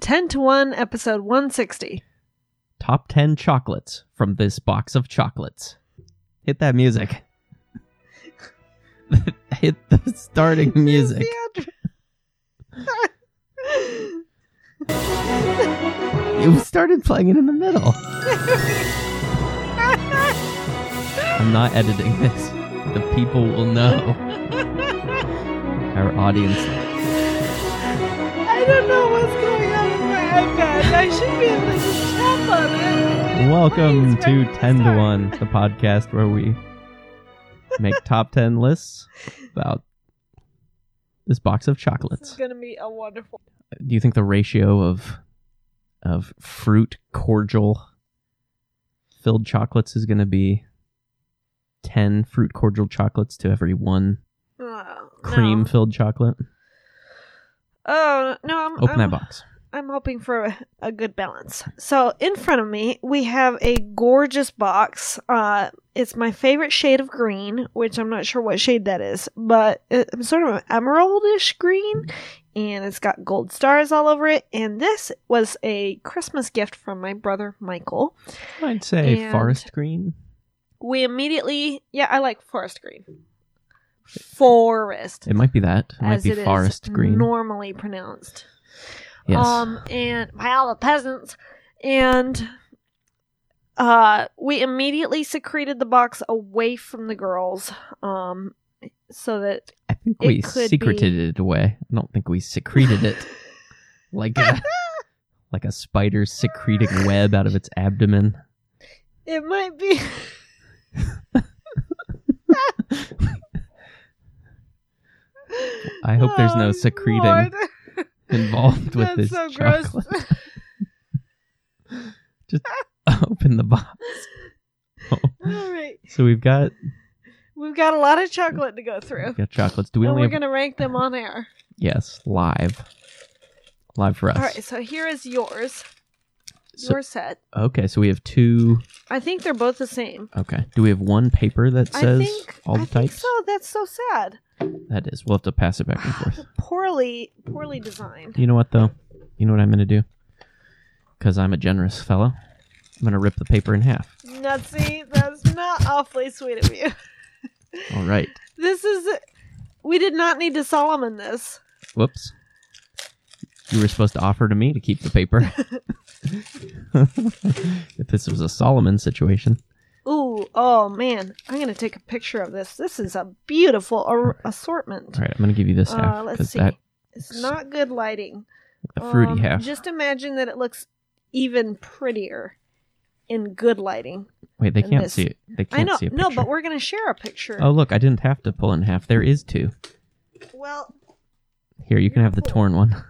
10 to 1, episode 160. Top 10 chocolates from this box of chocolates. Hit that music. Hit the starting music. Here's the address. It started playing it in the middle. I'm not editing this. The people will know. Our audience I don't know what's going on with my iPad. I should be able to tap on it. Welcome Please, to right from the 10 to start. 1, the podcast where we make top 10 lists about this box of This is chocolates. going to be a wonderful. Do you think the ratio of of fruit cordial filled chocolates is going to be 10 fruit cordial chocolates to every one Oh, no. cream filled chocolate? Oh no! I'm Open I'm, that box. I'm hoping for a, a good balance. So in front of me, we have a gorgeous box. Uh, it's my favorite shade of green, which I'm not sure what shade that is, but it's sort of an emeraldish green, and it's got gold stars all over it. And this was a Christmas gift from my brother Michael. I'd say And- forest green. We immediately, yeah, I like forest green. Forest, It might be that. It might as be it is forest green. normally pronounced. yes. um and by all the peasants and uh we immediately secreted the box away from the girls um so that I think It we could secreted it away. I don't think we secreted it like a like a spider secreting web out of its abdomen. it might be I hope there's no Oh, secreting Lord. involved with That's this so gross. chocolate. Just open the box. all right So we've got we've got a lot of chocolate to go through we've got chocolates. Do we and only we're have gonna rank them on air yes live live for us? all right so here is yours So- your set Okay, so we have two. i think they're both the same Okay, do we have one paper that says i think all the I think types? so that's so sad That is. We'll have to pass it back and forth. poorly poorly designed You know what though? You know what I'm gonna do? Cause I'm a generous fellow. I'm gonna rip the paper in half. Nutsy, that's not awfully sweet of you. All right. This is. We did not need to Solomon this. Whoops. You were supposed to offer to me to keep the paper. if this was a Solomon situation, Ooh, oh man. I'm going to take a picture of this. This is a beautiful ar- assortment. all right, I'm gonna give you this Uh, half let's see. that It's not good lighting. the fruity Um, half. Just imagine that it looks even prettier in good lighting. Wait, they and can't this. see it. They I can't know. see a picture. No, but we're going to share a picture. oh look, I didn't have to pull in half. There is two. Well, Here, you can have the torn one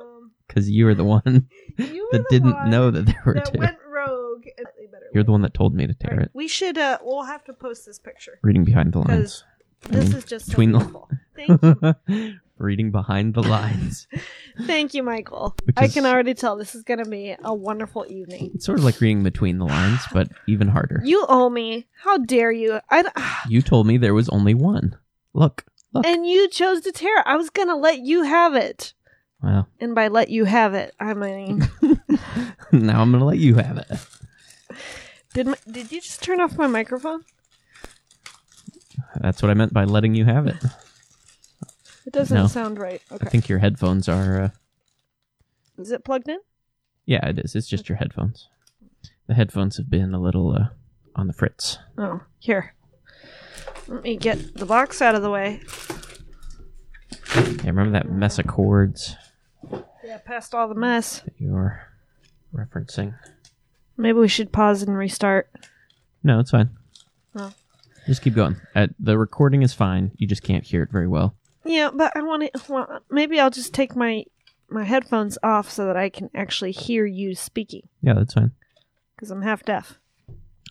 um, because you were the one you were that the didn't one know that there were that two. went rogue. and- better You're the light. one that told me to All tear right, it. We should. Uh, we'll have to post this picture. Reading behind the lines. Because- This mean, is just between the- so beautiful. Thank you, Reading behind the lines. thank you, Michael. Which I is- can already tell this is going to be a wonderful evening. It's sort of like reading between the lines, but even harder. You, You owe me. How dare you? I d- told me there was only one. Look. Look. and you chose to tear. it. I was going to let you have it, Well, and by let you have it, I mean now I'm going to let you have it. did my, did you just turn off my microphone? That's what I meant by letting you have it. It doesn't No. sound right. I Okay, think your headphones are. Uh, is it plugged in? yeah, it is. It's just your headphones. The headphones have been a little uh, on the fritz. Oh, here. Let me get the box out of the way. Yeah, remember that mess of chords Yeah, past all the mess. that you were referencing? Maybe we should pause and restart. No, it's fine. Oh. Just keep going. Uh, the recording is fine. You just can't hear it very well. Yeah, but I want to. Well, maybe I'll just take my my headphones off so that I can actually hear you speaking Yeah, that's fine. because I'm half deaf.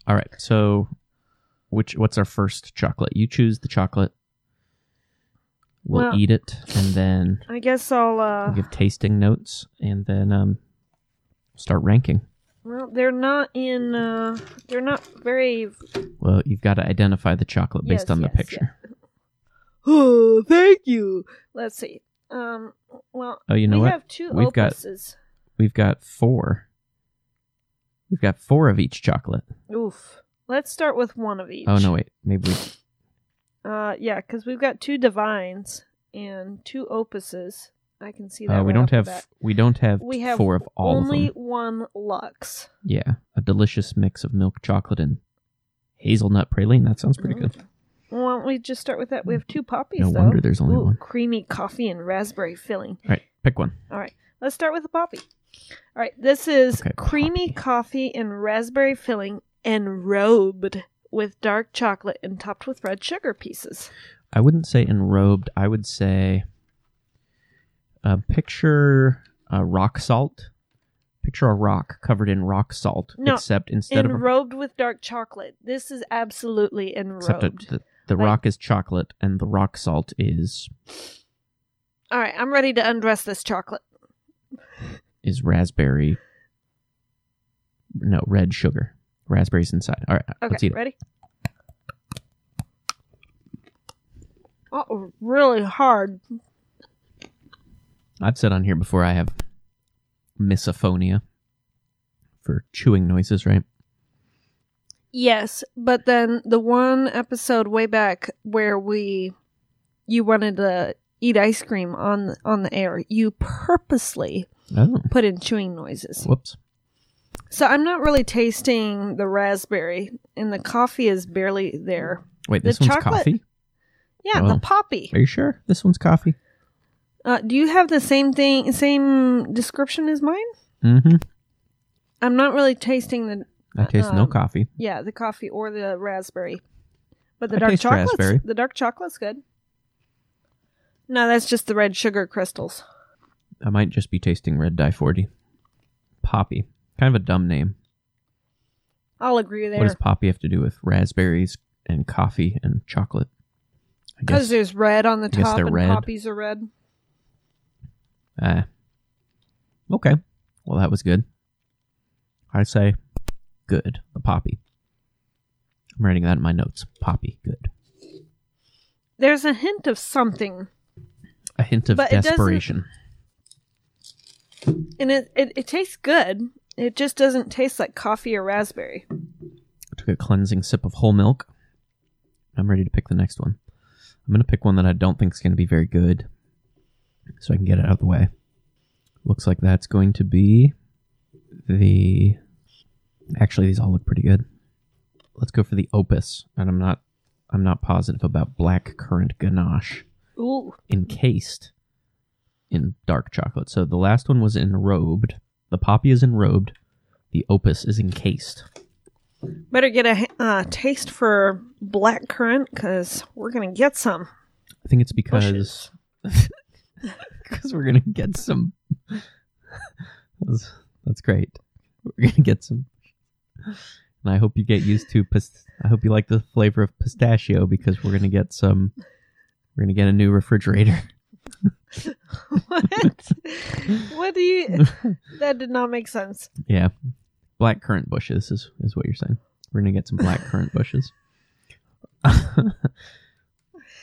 All right. So, which what's our first chocolate? You choose the chocolate. We'll Well- eat it, and then I guess I'll. we'll uh give tasting notes, and then um, start ranking. Well, they're not in. uh They're not very. Well, you've got to identify the chocolate based Yes, on the yes, picture. Oh, thank you. Let's see. Um. Well, Oh, you know we what? have 2 We've got- opuses. We've got four. We've got four of each chocolate. Oof. Let's start with one of each. Oh no, wait. Maybe we Uh, yeah, because we've got two divines and two opuses. I can see that. uh, we right don't off the have bat. we don't have, We have four of all of only them. one lux. Yeah, a delicious mix of milk chocolate and hazelnut praline. That sounds pretty good. Why don't we just start with that? We have two poppies. No though. wonder there's only Ooh, one. Creamy coffee and raspberry filling. All right, pick one. All right, let's start with the poppy. All right, this is Okay, creamy poppy. coffee and raspberry filling and robed with dark chocolate and topped with red sugar pieces. I wouldn't say enrobed. I would say uh, picture uh, rock salt. Picture a rock covered in rock salt, No, except instead of Enrobed with dark chocolate. This is absolutely except that enrobed. the, the Like- rock is chocolate and the rock salt is All right, I'm ready to undress this chocolate. is raspberry. No, red sugar. Raspberries inside. All right, uh, let's Okay, eat it. ready? Oh, really hard. I've said on here before I have misophonia for chewing noises, right? Yes, but then the one episode way back where we you wanted to eat ice cream on on the air, you purposely Oh, put in chewing noises. whoops. So I'm not really tasting the raspberry, and the coffee is barely there. Wait, The this one's chocolate- coffee? Yeah, Oh. the poppy. Are you sure? This one's coffee? Uh, do you have the same thing, same description as mine? Mm hmm. I'm not really tasting the I taste no Um, coffee. yeah the coffee or the raspberry, but the I dark taste chocolate's raspberry. the dark chocolate's good. No, that's just the red sugar crystals. I might just be tasting red dye 40. Poppy. Kind of a dumb name. I'll agree What does there poppy have to do with raspberries and coffee and chocolate? I because guess. there's red on the guess top they're and red. poppies are red. Uh, okay. Well, that was good. I'd say good. The poppy. I'm writing that in my notes. Poppy. Good. There's a hint of something, A hint of But it doesn't- desperation. and it, it it tastes good. It just doesn't taste like coffee or raspberry. took a cleansing sip of whole milk. I'm ready to pick the next one. I'm going to pick one that I don't think is going to be very good, so I can get it out of the way. Looks like that's going to be the. Actually, these all look pretty good. Let's go for the opus, and I'm not. I'm not positive about black currant ganache Ooh, encased in dark chocolate. So the last one was enrobed. The poppy is enrobed. The opus is encased. better get a uh, taste for black currant because we're gonna get some. I think it's because Bushes. because we're gonna get some. that's, that's great. We're gonna get some, and I hope you get used to. Pist- I hope you like the flavor of pistachio because we're gonna get some. We're gonna get a new refrigerator. what? what do you? That did not make sense. Yeah, black currant bushes is is what you're saying. We're gonna get some black currant bushes. I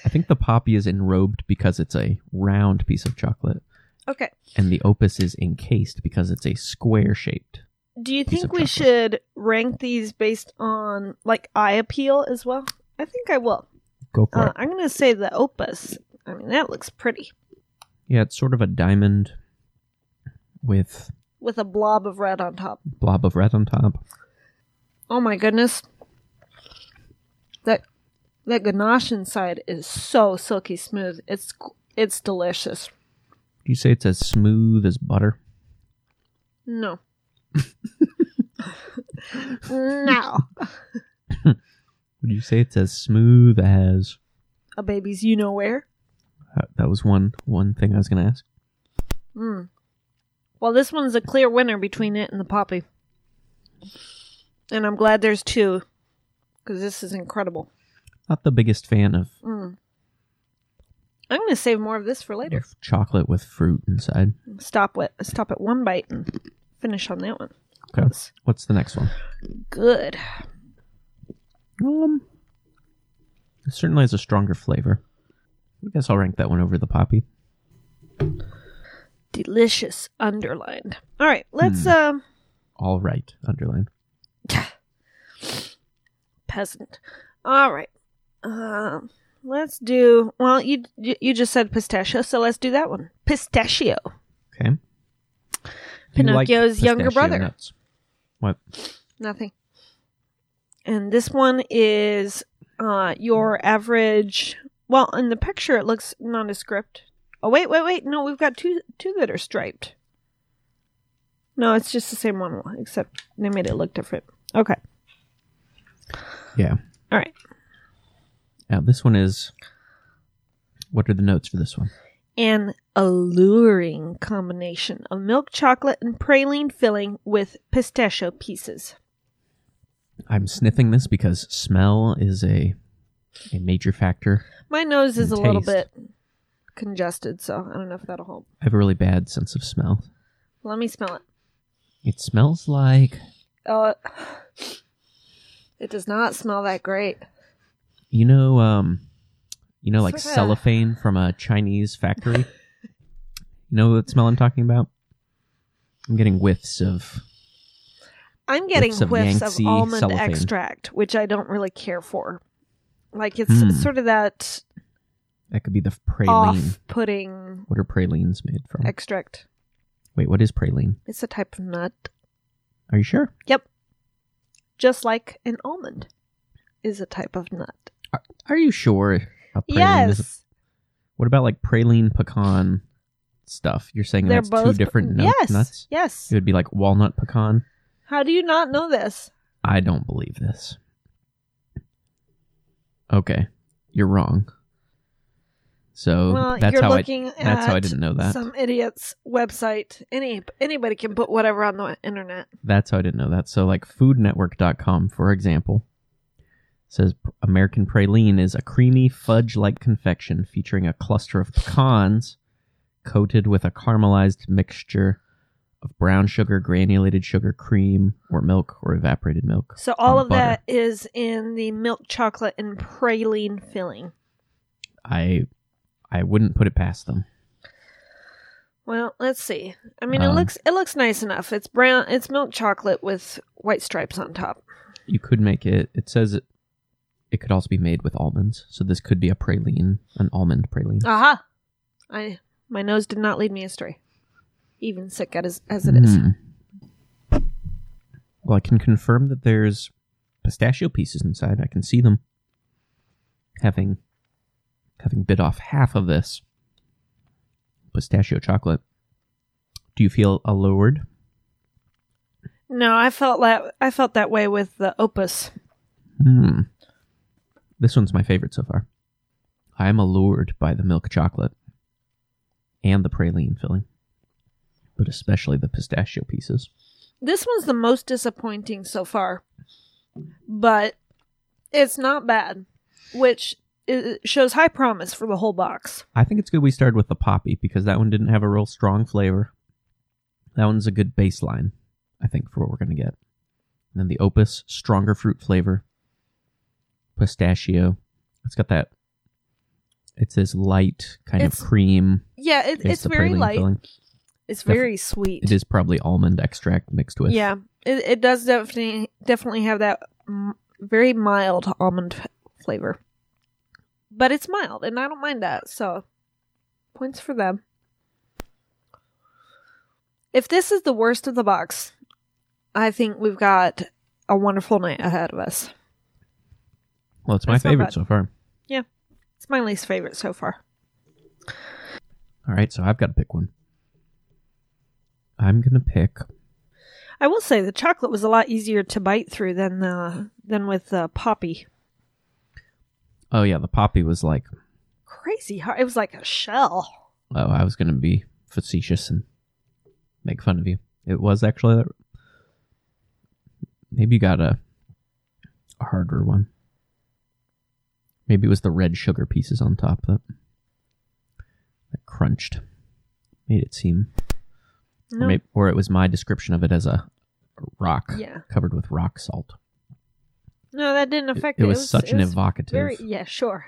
think the poppy is enrobed because it's a round piece of chocolate. Okay. and the opus is encased because it's a square shaped. Do you Piece think of we chocolate. should rank these based on like eye appeal as well? I think I will. Go for Uh, it. I'm gonna say the opus. I mean, that looks pretty Yeah, it's sort of a diamond with with a blob of red on top. blob of red on top. Oh my goodness, that that ganache inside is so silky smooth. It's it's delicious. Do you say it's as smooth as butter? No. no. Would you say it's as smooth as A baby's you know where. uh, that was one one thing I was going to ask. Mm. Well, this one's a clear winner between it and the poppy. And I'm glad there's two, because this is incredible. Not the biggest fan of, Mm. I'm going to save more of this for later. of chocolate with fruit inside. Stop with stop at one bite and finish on that one. Okay. That's What's the next one? good. Um, it certainly has a stronger flavor. I guess I'll rank that one over the poppy. delicious underlined. All right, let's Hmm. um All right, underline. peasant. All right. Um let's do well you you you just said pistachio, so let's do that one. Pistachio. Okay. You like Pinocchio's younger pistachio brother. nuts. Nothing. And this one is uh your average well, in the picture it looks nondescript. Oh wait, wait, wait. No, we've got two two that are striped. No, it's just the same one except they made it look different. Okay. Yeah. All right. Now this one is. What are the notes for this one? An alluring combination of milk chocolate and praline filling with pistachio pieces. I'm sniffing this because smell is a a major factor. My nose is a And little bit taste. congested, so I don't know if that'll help. I have a really bad sense of smell. Let me smell it. It smells like Oh, it does not smell that great. you know, um, you know, like Sorta. cellophane from a Chinese factory. you know what smell I'm talking about? I'm getting whiffs of. I'm getting Whiffs of whiffs Yangtze of almond cellophane. extract, which I don't really care for. Like it's Hmm. sort of that That could be the praline. Hmm. off-putting What are pralines made from? extract. Wait, what is praline? It's a type of nut Are you sure? just like an almond is a type of nut. Are you sure? A praline Is, yes, what about like praline pecan stuff? You're saying they're that's both two different no- yes, nuts. Yes. It would be like walnut pecan. How do you not know this? I don't believe this. Okay, you're wrong. So well, Oh, that's you're how I looking at that's how I didn't know that. some idiot's website. Any anybody can put whatever on the internet. That's how I didn't know that. So like foodnetwork.com for example says American praline is a creamy fudge-like confection featuring a cluster of pecans coated with a caramelized mixture of brown sugar, granulated sugar, cream or milk or evaporated milk. So all On of that is in the milk chocolate and praline filling. I I wouldn't put it past them. Well, let's see. I mean, it Um, looks it looks nice enough. It's brown. It's milk chocolate with white stripes on top. You could make it. It says it, it could also be made with almonds. So this could be a praline, an almond praline. Aha! I my nose did not lead me astray, even sick as as it is. Hmm. Well, I can confirm that there's pistachio pieces inside. I can see them. Having having bit off half of this pistachio chocolate. Do you feel allured? No, I felt that I felt that way with the opus. Hmm. This one's my favorite so far. I am allured by the milk chocolate and the praline filling, but especially the pistachio pieces. This one's the most disappointing so far, but it's not bad, which i shows high promise for the whole box. I think it's good we started with the poppy because that one didn't have a real strong flavor. That one's a good baseline, I think, for what we're going to get. And then the opus, stronger fruit flavor, pistachio. It's got that. It's this light kind It's- of cream. Yeah, it, is it's the very praline light. filling. It's Defi- very sweet. It is probably almond extract mixed with Yeah, it, it does definitely definitely have that mm, very mild almond f- flavor, but it's mild, and I don't mind that. So, points for them. If this is the worst of the box, I think we've got a wonderful night ahead of us. Well, it's my That's not bad. favorite so far. It's my least favorite so far. All right, so I've got to pick one. I'm gonna pick. I will say the chocolate was a lot easier to bite through than the than with the poppy. Oh yeah, the poppy was like, Crazy hard. It was like a shell. oh, I was gonna be facetious and make fun of you. It was actually. Maybe you got a, a harder one. Maybe it was the red sugar pieces on top that that crunched, made it seem, No. or, maybe, or it was my description of it as a rock Yeah. covered with rock salt. No, that didn't It- affect It, was such an it was evocative. very e- yeah, sure.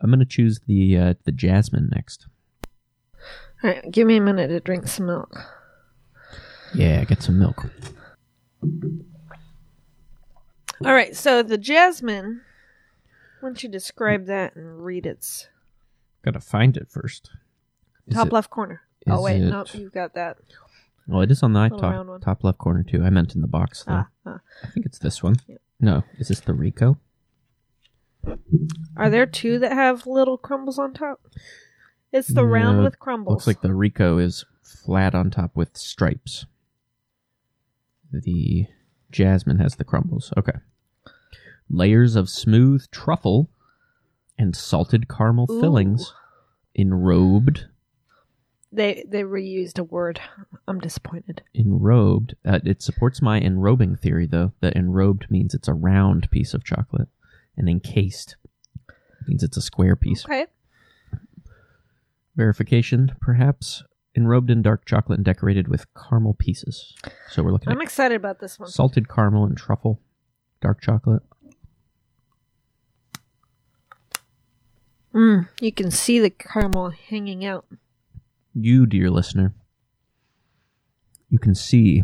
I'm gonna choose the uh, the jasmine next. All right, give me a minute to drink some milk. Yeah, get some milk. All right, so the jasmine. Why don't you describe that and read its Gotta find it first. Is top it- left corner? is Oh wait, it- nope, you've got that. Well, Oh, it is on the Little round top, one. top left corner too. I meant in the box though. Ah, ah. I think it's this one. Yep. No, is this the Rico? Are there two that have little crumbles on top? It's the round No, with crumbles. Looks like the Rico is flat on top with stripes. The Jasmine has the crumbles. Okay. Layers of smooth truffle and salted caramel Ooh. fillings enrobed. they they reused a word. I'm disappointed. Enrobed. Uh, it supports my enrobing theory, though, that enrobed means it's a round piece of chocolate, and encased means it's a square piece. Okay. verification, perhaps. Enrobed in dark chocolate and decorated with caramel pieces. So we're looking I'm at excited about this one. salted caramel and truffle, dark chocolate. Mm, you can see the caramel hanging out. You, dear listener, you can see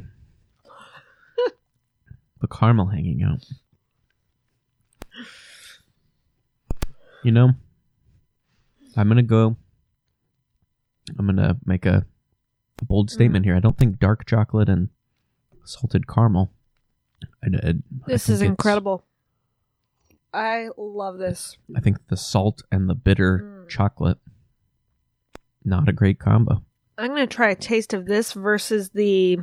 the caramel hanging out. You know, I'm going to go, I'm going to make a, a Mm. bold statement here. I don't think dark chocolate and salted caramel. I, I- I This think is it's- incredible. I love this. I think the salt and the bitter Mm. chocolate, not a great combo. I'm gonna try a taste of this versus the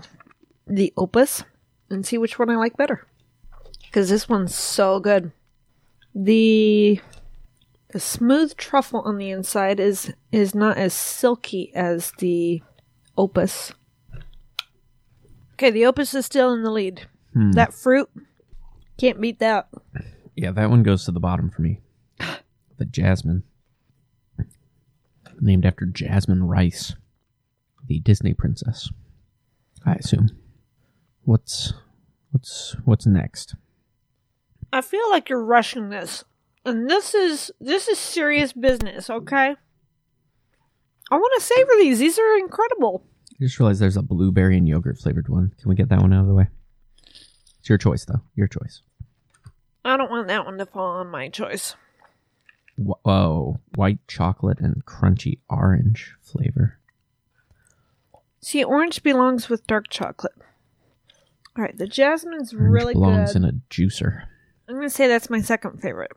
the opus and see which one I like better. Cause this one's so good. The the smooth truffle on the inside is is not as silky as the opus. Okay, the opus is still in the lead. Hmm. That fruit can't beat that. Yeah, that one goes to the bottom for me. The Jasmine. Named after Jasmine Rice, the Disney princess. I assume. What's what's what's next? I feel like you're rushing this. And this is this is serious business, okay? I want to savor these. These are incredible. I just realized there's a blueberry and yogurt flavored one. Can we get that one out of the way? It's your choice though. Your choice. I don't want that one to fall on my choice. Wh- Whoa. White chocolate and crunchy orange flavor. See, orange belongs with dark chocolate. All right, the jasmine's Orange really belongs good. in a juicer. I'm going to say that's my second favorite.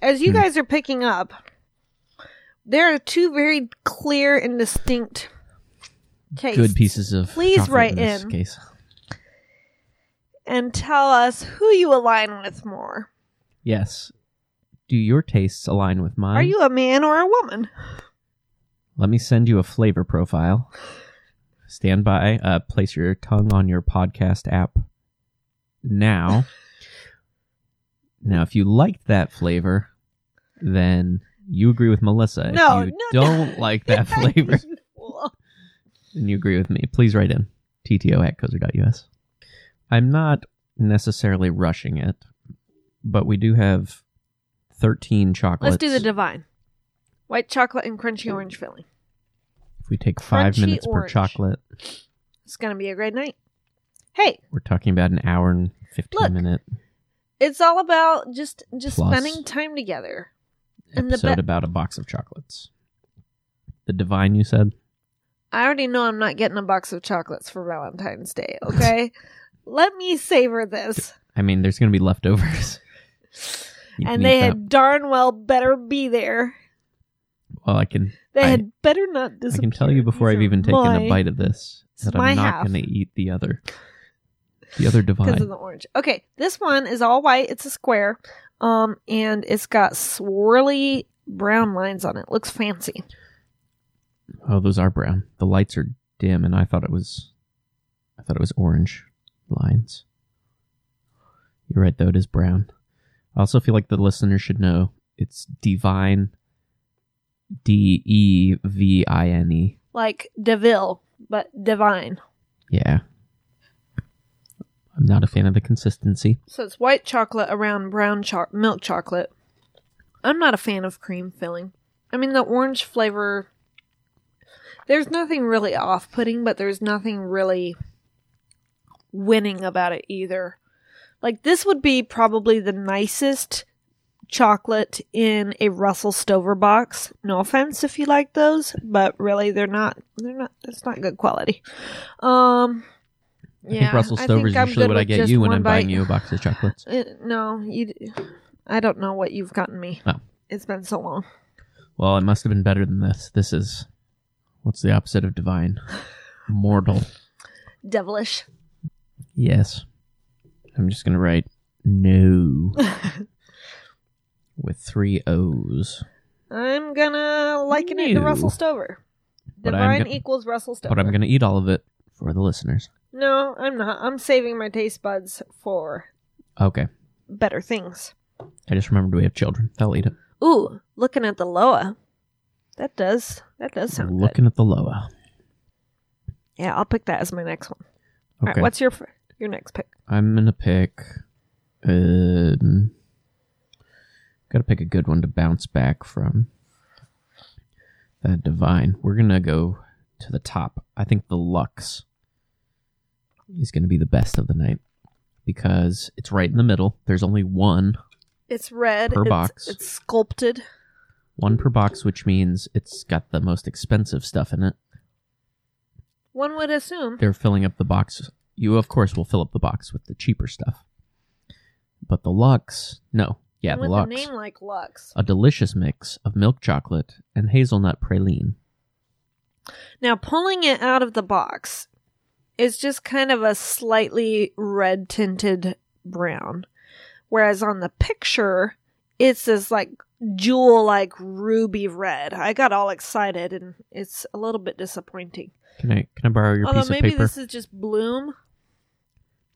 As Hmm. you guys are picking up, there are two very clear and distinct tastes. Good pieces of Please chocolate write in this in. case. And tell us who you align with more. Yes. Do your tastes align with mine? Are you a man or a woman? Let me send you a flavor profile. Stand by. Uh, place your tongue on your podcast app now. now, if you liked that flavor, then you agree with Melissa. No, if you no, no. don't like that flavor, Well, and you agree with me, please write in tto at cozer.us. I'm not necessarily rushing it, but we do have 13 chocolates. Let's do the divine. White chocolate and crunchy orange filling. if we take five crunchy minutes per orange. chocolate, It's going to be a great night. Hey, we're talking about an hour and 15 Look, minute it's all about just just Plus. spending time together. and the episode be- about a box of chocolates. The divine, you said? I already know I'm not getting a box of chocolates for Valentine's Day, okay? Let me savor this. I mean, there's going to be leftovers. You can and eat they that. had darn well better be there. Well, I can, They I- had better not I disappear. can tell you before These I've are even taken my- a bite of this It's that my I'm not half. going to eat the other. The other because divine. of the orange. Okay, this one is all white. It's a square, um, and it's got swirly brown lines on it. Looks fancy. oh, those are brown. The lights are dim, and I thought it was, I thought it was orange lines. You're right, though. It is brown. I also feel like the listener should know it's divine. D e v i n e. like Deville, but divine. Yeah. I'm not a fan of the consistency. So it's white chocolate around brown cho- milk chocolate. I'm not a fan of cream filling. I mean, the orange flavor There's nothing really off putting, but there's nothing really winning about it either. Like, this would be probably the nicest chocolate in a Russell Stover box. No offense if you like those, but really they're not they're not it's not good quality. Um I think Russell Stover's I'm usually good what I with get just you when one I'm buying bite. you a box of chocolates. Uh, no, you d- I don't know what you've gotten me. Oh. It's been so long. Well, it must have been better than this. This is what's the opposite of divine? Mortal. Devilish. Yes. I'm just gonna write no with three O's. I'm gonna liken it to Ew. Russell Stover. But I'm Divine gonna- equals Russell Stover. But I'm gonna eat all of it for the listeners. No, I'm not. I'm saving my taste buds for Okay. better things. I just remembered we have children. They'll eat it. Ooh, looking at the Loa. That does that does sound good. Looking at the Loa. Yeah, I'll pick that as my next one. All Okay. right, what's your fir- your next pick? I'm gonna pick. Um, gotta pick a good one to bounce back from. That divine. We're gonna go to the top. I think the Lux is gonna be the best of the night because it's right in the middle. There's only one, It's red. Per it's, box. It's sculpted. one per box, which means it's got the most expensive stuff in it. One would assume. they're filling up the box. You, of course, will fill up the box with the cheaper stuff. But the Lux, no, yeah, and the with Lux, a name like Lux. a delicious mix of milk chocolate and hazelnut praline. Now pulling it out of the box is just kind of a slightly red tinted brown, whereas on the picture it's this like jewel like ruby red. I got all excited and it's a little bit disappointing. Can I can I borrow your Although piece of maybe paper? this is just bloom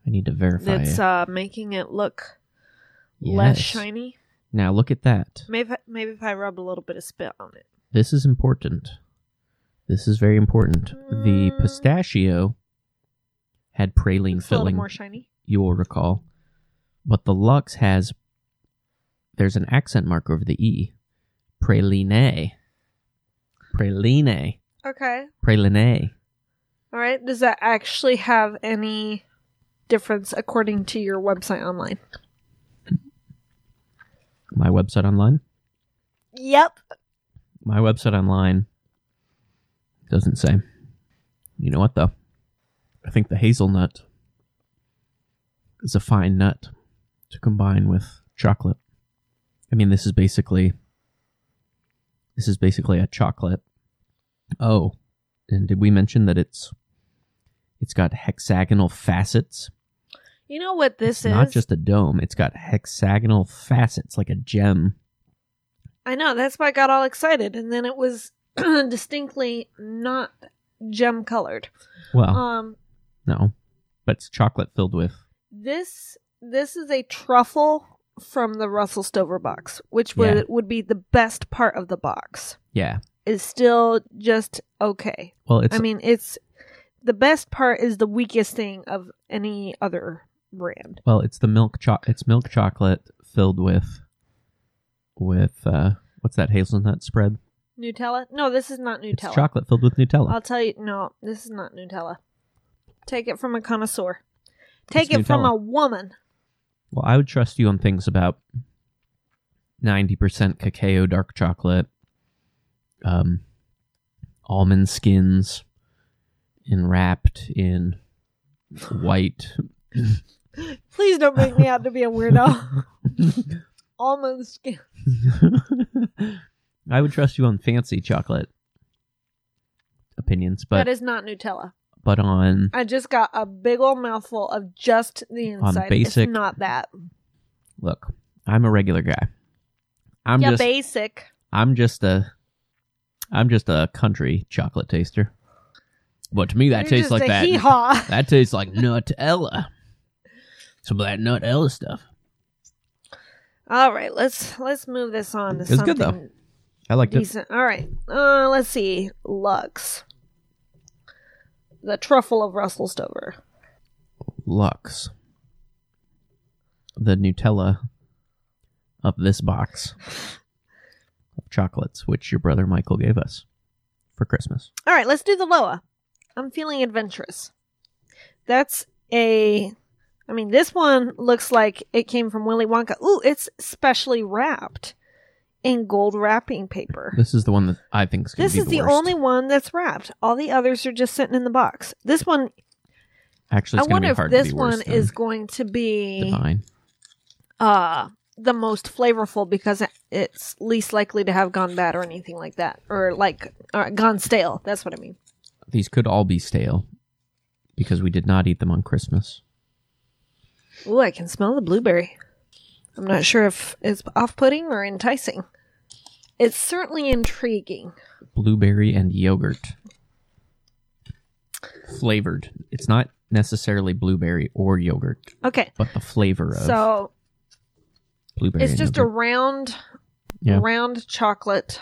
I need to verify. that's it. uh, making it look less Yes. shiny. Now look at that. Maybe maybe if I rub a little bit of spit on it. This is important. This is very important. The Mm. pistachio had praline It's a little filling. more shiny. you will recall. But the Lux has there's an accent mark over the E. Praline. Praline. Okay. Praline. All right. Does that actually have any difference according to your website online? My website online. Yep. My website online doesn't say. You know what though? I think the hazelnut is a fine nut to combine with chocolate. I mean, this is basically this is basically a chocolate. Oh, and did we mention that it's it's got hexagonal facets? You know what this it's is? not just a dome. It's got hexagonal facets like a gem. I know. That's why I got all excited, and then it was distinctly not gem colored. Well, Um, no, but it's chocolate filled with this this is a truffle from the Russell Stover box, which would Yeah. would be the best part of the box. yeah. Is still just okay. Well, it's I mean, it's the best part is the weakest thing of any other brand. Well, it's the milk cho- it's milk chocolate filled with with uh what's that hazelnut spread? Nutella? No, this is not Nutella. It's chocolate filled with Nutella. I'll tell you, no, this is not Nutella. Take it from a connoisseur. Take It's it from Nutella. a woman. well, I would trust you on things about 90% cacao dark chocolate, um almond skins enwrapped in white Please don't make me out to be a weirdo. Almond skin. I would trust you on fancy chocolate opinions, but that is not Nutella. but on I just got a big old mouthful of just the inside. basic- it's not that. look, I'm a regular guy. I'm yeah, just basic. I'm just a I'm just a country chocolate taster. But to me that You're just tastes like a that. hee-haw. That tastes like Nutella. Some of that Nutella stuff. All right, let's let's move this on to It's something good, though. I liked it. decent. All right. Uh, let's see. Lux. The truffle of Russell Stover. Lux. The Nutella of this box of chocolates, which your brother Michael gave us. for Christmas. All right, let's do the Loa. I'm feeling adventurous. That's a. I mean, this one looks like it came from Willy Wonka. Ooh, it's specially wrapped in gold wrapping paper. This is the one that I think is going to This be is the, worst. only one that's wrapped. All the others are just sitting in the box. This one, Actually, I it's going wonder to be if hard to this be worse one than is going to be divine. uh, the most flavorful because it- it's least likely to have gone bad or anything like that, or like uh, gone stale. That's what I mean. These could all be stale because we did not eat them on Christmas. Ooh, I can smell the blueberry. I'm not sure if it's off putting or enticing. It's certainly intriguing. Blueberry and yogurt flavored. It's not necessarily blueberry or yogurt, Okay. but the flavor of So blueberry. it's and just a yogurt. round Yeah. round chocolate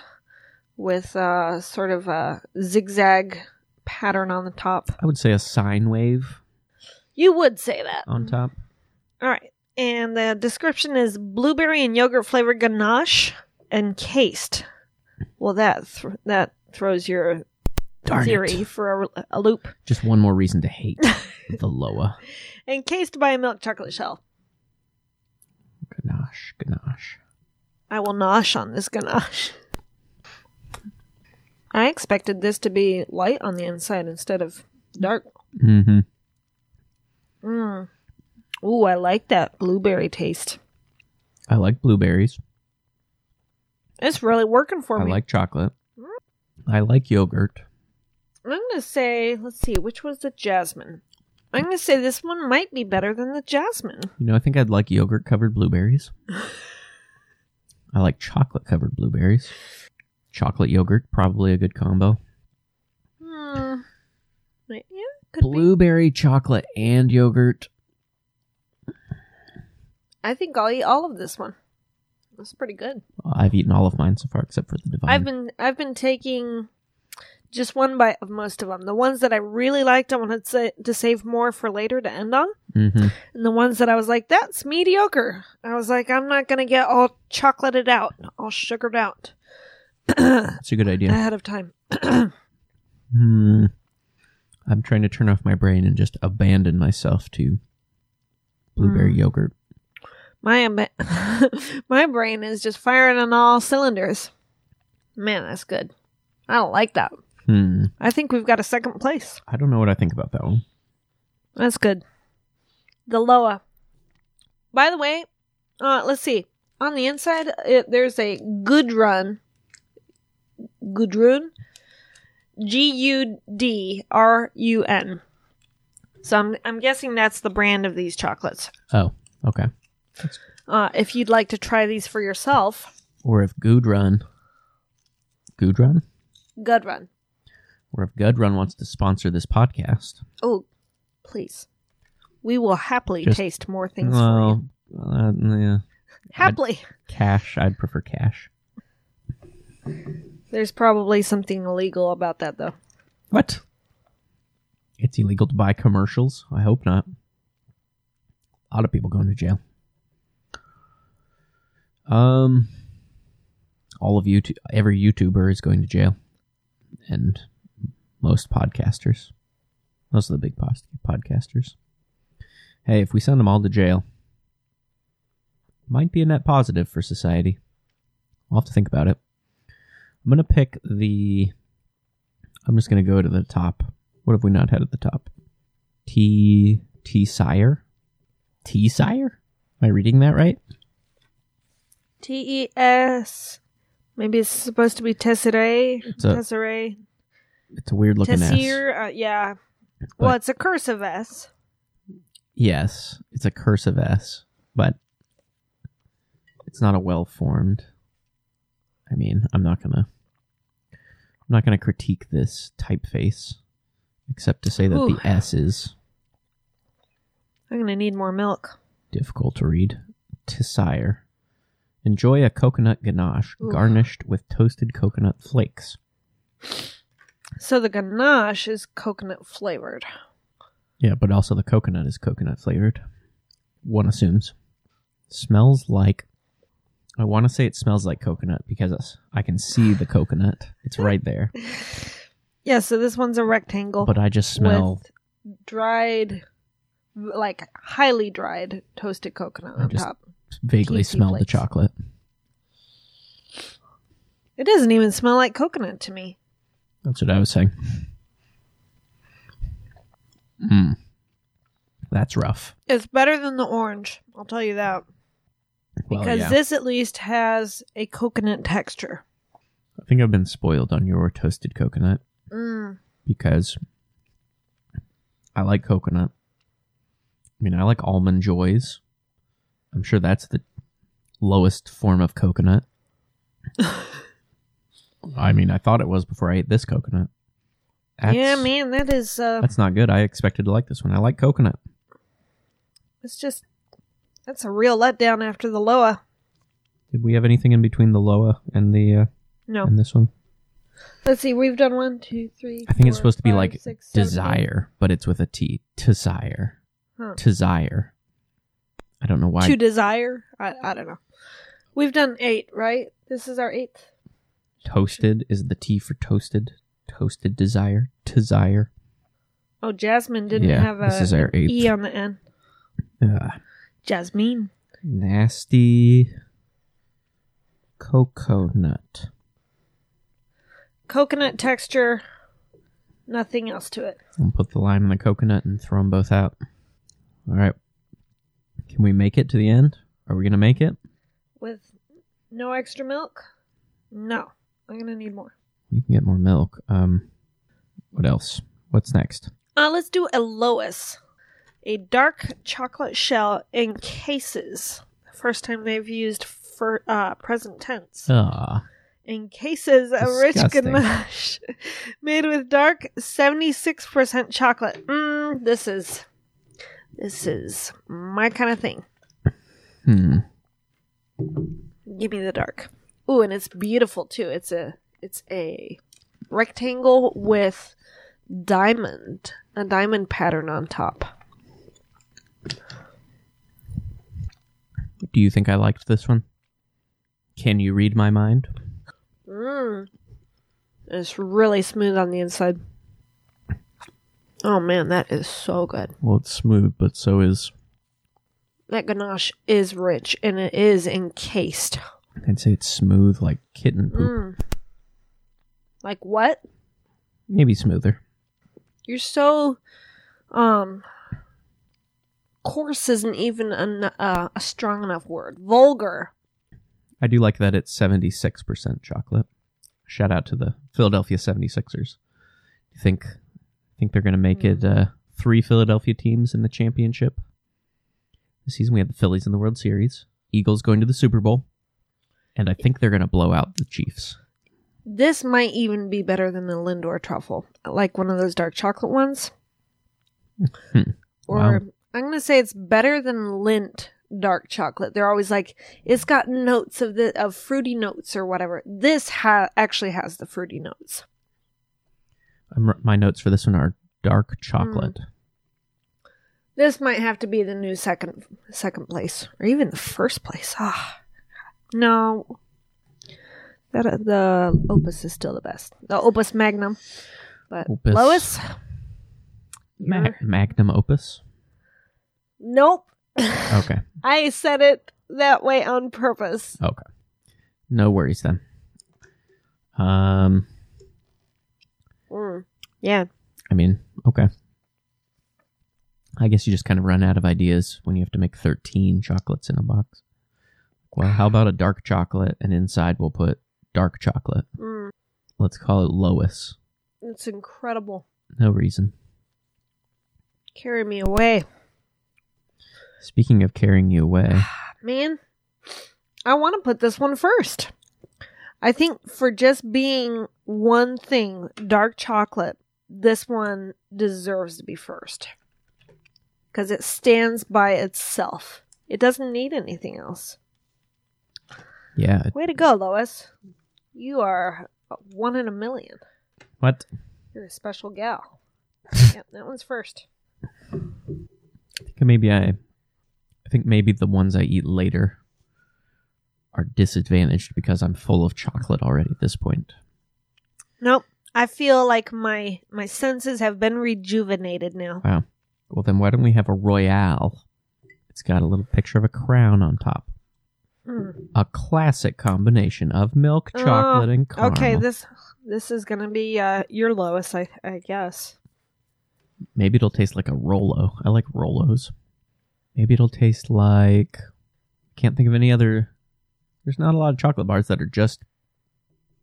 with uh sort of a zigzag pattern on the top. I would say a sine wave You would say that. on top. All right. And the description is blueberry and yogurt flavored ganache encased. Well, that th- that throws your Darn theory it! for a, a loop. Just one more reason to hate the Loa. Encased by a milk chocolate shell. Ganache, ganache. I will nosh on this ganache. I expected this to be light on the inside instead of dark. Mm-hmm. Mm. Ooh, I like that blueberry taste. I like blueberries. It's really working for I me. like chocolate. I like yogurt. I'm gonna say, let's see, which was the jasmine? I'm gonna say this one might be better than the jasmine. You know, I think I'd like yogurt covered blueberries. I like chocolate covered blueberries. Chocolate yogurt, probably a good combo. Hmm. Wait, Yeah, could be. Blueberry chocolate and yogurt. I think I'll eat all of this one. That's pretty good. I've eaten all of mine so far except for the divine. I've been I've been taking just one bite of most of them. The ones that I really liked, I wanted sa- to save more for later to end on, hmm and the ones that I was like, "That's mediocre." I was like, "I'm not gonna get all chocolated out, all sugared out That's a good idea. ahead of time." Hmm. I'm trying to turn off my brain and just abandon myself to blueberry Mm. yogurt. My am- my brain is just firing on all cylinders. Man, that's good. I don't like that. Hmm. I think we've got a second place. I don't know what I think about that one. That's good. The Loa. By the way, uh, let's see. On the inside, it, there's a Gudrun. Gudrun. G U D R U N. So I'm, I'm guessing that's the brand of these chocolates. Oh, okay. Uh, if you'd like to try these for yourself, Or if Gudrun. Gudrun? Gudrun. or if Gudrun wants to sponsor this podcast, Oh, please. We will happily Just- taste more things for you. well, uh, yeah, Happily. cash. I'd prefer cash. There's probably something illegal about that, though. What? It's illegal to buy commercials. I hope not. A lot of people going to jail. Um, all of you, every YouTuber is going to jail, and most podcasters, most of the big pos- podcasters. Hey, if we send them all to jail, might be a net positive for society. I'll have to think about it. I'm gonna pick the. I'm just gonna go to the top. What have we not had at the top? T T sire, T sire. Am I reading that right? T E S. Maybe it's supposed to be tesserae. It's a Tesserae. it's a weird looking S. Tessere. Uh, yeah. well, But- it's a cursive S. Yes, it's a cursive S, but it's not a well formed. I mean, I'm not gonna, I'm not gonna critique this typeface, except to say that Ooh. the S is I'm going to need more milk. difficult to read. Tessire. Enjoy a coconut ganache Ooh. garnished with toasted coconut flakes. So the ganache is coconut flavored. Yeah, but also the coconut is coconut flavored. One assumes. Smells like. I want to say it smells like coconut because it's- I can see the coconut. It's right there. Yeah, so this one's a rectangle But I just smell. with dried, like highly dried toasted coconut I on just- top. vaguely Tasty smell the flakes. chocolate. It doesn't even smell like coconut to me. That's what I was saying. Mm. That's rough. It's better than the orange, I'll tell you that. Well, Because yeah. this at least has a coconut texture. I think I've been spoiled on your toasted coconut Mm. because I like coconut. I mean, I like almond joys. I'm sure that's the lowest form of coconut. I mean, I thought it was before I ate this coconut. That's, Yeah, man, that is. Uh, That's not good. I expected to like this one. I like coconut. it's just. That's a real letdown after the Loa. Did we have anything in between the Loa and the uh, No. and this one? Let's see, we've done one, two, three. I think it's four, supposed to be five, like six, seven, eight. desire, but it's with a T. Desire. Huh. Desire. I don't know why. to desire. I, I don't know. We've done eight, right? This is our eighth. toasted is the T for toasted. Toasted desire. Desire. Oh, Jasmine didn't yeah, have a this is our eighth. E on the end. Ugh. Jasmine. nasty coconut. Coconut texture. Nothing else to it. And put the lime and the coconut and throw them both out. All right. Can we make it to the end? Are we gonna make it? With no extra milk? No. I'm going to need more. You can get more milk. Um, what else? What's next? Uh, let's do a Lois. A dark chocolate shell encases. First time they've used for uh, present tense. Ah, encases a rich Disgusting. ganache made with dark 76% chocolate. Mm, this is this is my kind of thing. hmm. Give me the dark. Ooh, and it's beautiful too. It's a it's a rectangle with diamond, a diamond pattern on top. Do you think I liked this one? Can you read my mind? Mm. It's really smooth on the inside. Oh man, that is so good. Well, it's smooth, but so is that ganache is rich and it is encased. I'd say it's smooth like kitten poop. Mm. Like what? Maybe smoother. You're so um coarse isn't even an, uh, a strong enough word. Vulgar. I do like that it's seventy six percent chocolate. Shout out to the Philadelphia 76ers. You think think they're gonna make it uh, three Philadelphia teams in the championship? This season we had the Phillies in the World Series, Eagles going to the Super Bowl, and I think they're gonna blow out the Chiefs. This might even be better than a Lindor truffle, like one of those dark chocolate ones. Hmm. Or Wow. I'm going to say it's better than Lint dark chocolate. They're always like it's got notes of the of fruity notes or whatever. This ha- actually has the fruity notes. I'm, my notes for this one are dark chocolate. This might have to be the new second second place, or even the first place. Ah, no. That uh, the Opus is still the best. The Opus Magnum, but Opus. Lois. Ma- you're- magnum opus. Nope. Okay. I said it that way on purpose. Okay. No worries then. Um, Mm. Yeah. I mean, okay. I guess you just kind of run out of ideas when you have to make 13 chocolates in a box. Well, how about a dark chocolate and inside we'll put dark chocolate. Mm. Let's call it Lois. It's incredible. No reason. Carry me away, Speaking of carrying you away, man. I want to put this one first. I think for just being one thing, dark chocolate, this one deserves to be first. Because it stands by itself. It doesn't need anything else. yeah. Way to go, Lois. You are a one in a million. What? You're a special gal. yep, that one's first. I think maybe I, I think maybe the ones I eat later are disadvantaged because I'm full of chocolate already at this point. Nope. I feel like my my senses have been rejuvenated now. Well, then why don't we have a Royale? It's got a little picture of a crown on top. Mm. A classic combination of milk, Oh, chocolate, and caramel. Okay, this this is gonna be uh, your lowest, I I guess. Maybe it'll taste like a Rolo. I like Rolos. Maybe it'll taste like. Can't think of any other. There's not a lot of chocolate bars that are just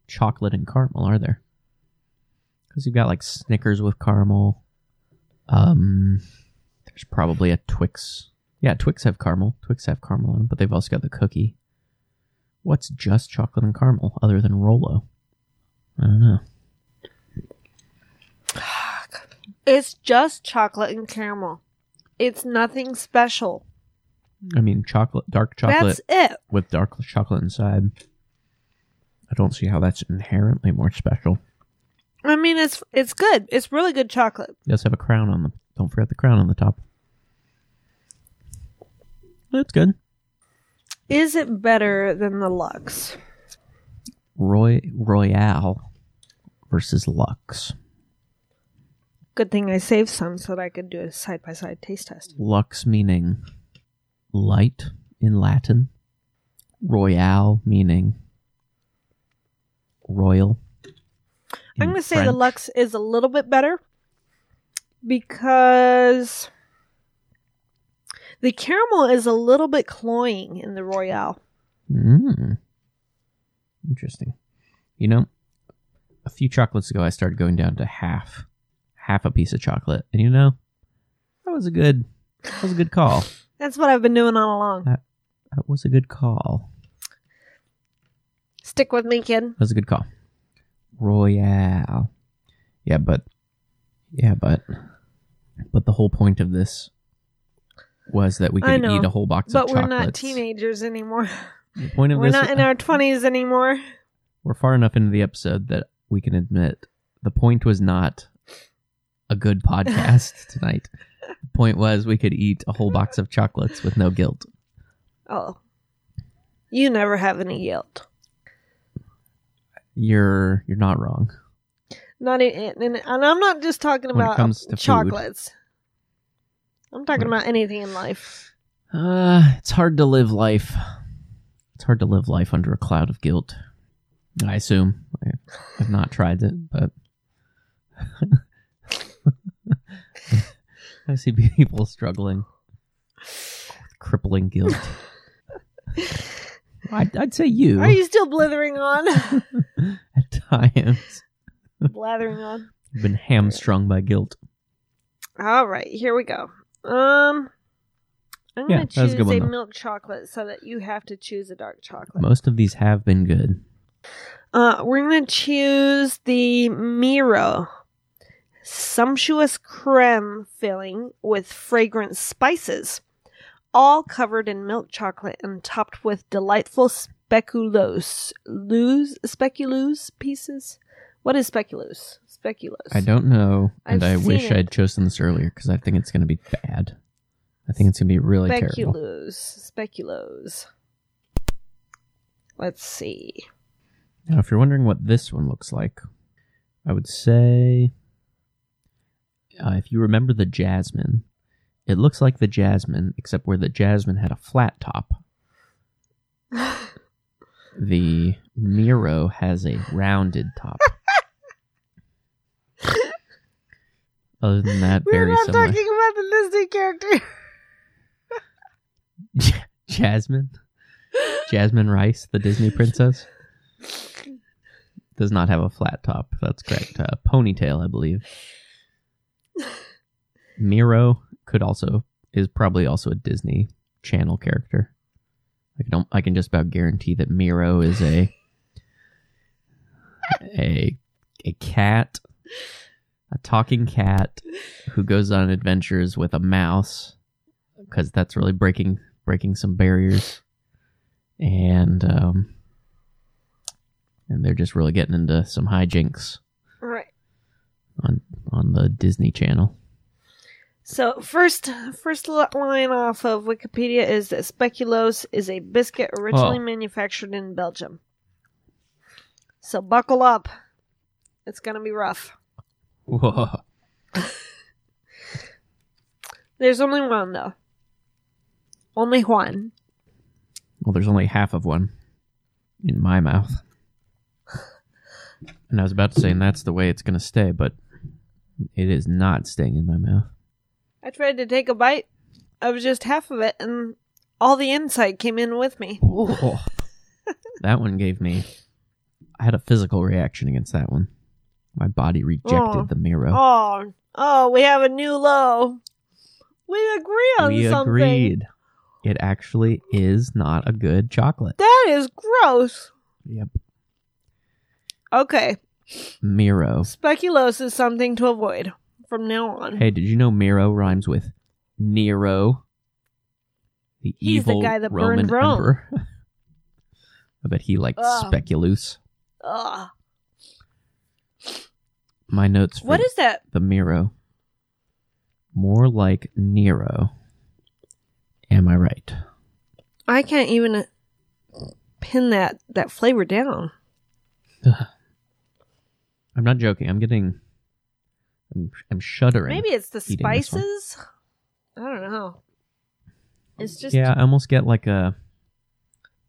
chocolate and caramel, are there? Because you've got like Snickers with caramel. Um, there's probably a Twix. Yeah, Twix have caramel. Twix have caramel on them, but they've also got the cookie. What's just chocolate and caramel other than Rolo? I don't know. It's just chocolate and caramel. It's nothing special. I mean, chocolate, dark chocolate. That's it. with dark chocolate inside. I don't see how that's inherently more special. I mean, it's it's good. It's really good chocolate. It does have a crown on the. Don't forget the crown on the top. That's good. Is it better than the Lux? Roy Royale versus Lux. Good thing I saved some so that I could do a side by side taste test. Lux meaning light in Latin. Royale meaning royal. in I'm going to say the French. Lux is a little bit better because the caramel is a little bit cloying in the Royale. Mm. Interesting. You know, a few chocolates ago, I started going down to half, half a piece of chocolate, and you know, that was a good, that was a good call. That's what I've been doing all along. That was a good call. Stick with me, kid. That was a good call. Royale. Yeah, but, yeah, but, but the whole point of this was that we I could know, eat a whole box But of we're chocolates. not teenagers anymore. The point of We're this, not in our 20s anymore. we're far enough into the episode that we can admit the point was not a good podcast tonight. The point was we could eat a whole box of chocolates with no guilt. Oh. You never have any guilt. You're you're not wrong. Not in, in- in- and I'm not just talking When it about comes to food. chocolates. I'm talking When- about anything in life. Uh, it's hard to live life. It's hard to live life under a cloud of guilt. I assume. I, I've not tried it, but I see people struggling with crippling guilt. I'd, I'd say you, Are you still blithering on? at times blathering on. have been hamstrung by guilt. All right, here we go. Um, I'm Yeah, gonna that was choose a a, good one, though. milk chocolate so that you have to choose a dark chocolate. Most of these have been good. Uh, we're gonna choose the Miro sumptuous creme filling with fragrant spices, all covered in milk chocolate and topped with delightful speculoos, loos, speculoos pieces. What is speculoos? Speculoos. I don't know, and I've I seen wish it. I'd chosen this earlier because I think it's going to be bad. I think it's going to be really terrible. Speculoos. Speculoos. Let's see. Now, if you're wondering what this one looks like, I would say uh, if you remember the jasmine, it looks like the jasmine, except where the jasmine had a flat top. The Miro has a rounded top. Other than that, We're very not similar. talking about the Disney character. Jasmine, Jasmine Rice, the Disney princess, does not have a flat top. That's correct. Uh, ponytail, I believe. Miro could also is probably also a Disney Channel character. I can I can just about guarantee that Miro is a a a cat, a talking cat who goes on adventures with a mouse because that's really breaking breaking some barriers, and um, and they're just really getting into some hijinks right. on the Disney Channel. So first, first li- line off of Wikipedia is that speculoos is a biscuit originally Oh. manufactured in Belgium. So buckle up. It's gonna be rough. Whoa. There's only one though. Only one. Well, there's only half of one in my mouth. And I was about to say, and that's the way it's going to stay, but it is not staying in my mouth. I tried to take a bite of just half of it, and all the inside came in with me. Whoa. that one gave me. I had a physical reaction against that one. My body rejected Oh. the mirror. Oh, oh, we have a new low. We agree on we something. agreed. It actually is not a good chocolate. That is gross. Yep. Okay, Miro. speculoos is something to avoid from now on. Hey, did you know Miro rhymes with Nero? The He's the evil guy that Roman burned Rome. emperor. I bet he liked Ugh. speculus. Ugh. My notes for What is that? the Miro. More like Nero. Am I right? I can't even uh, pin that that flavor down. I'm not joking. I'm getting. I'm, I'm shuddering. Maybe it's the eating this one. spices. I don't know. It's just Yeah, I almost get like a.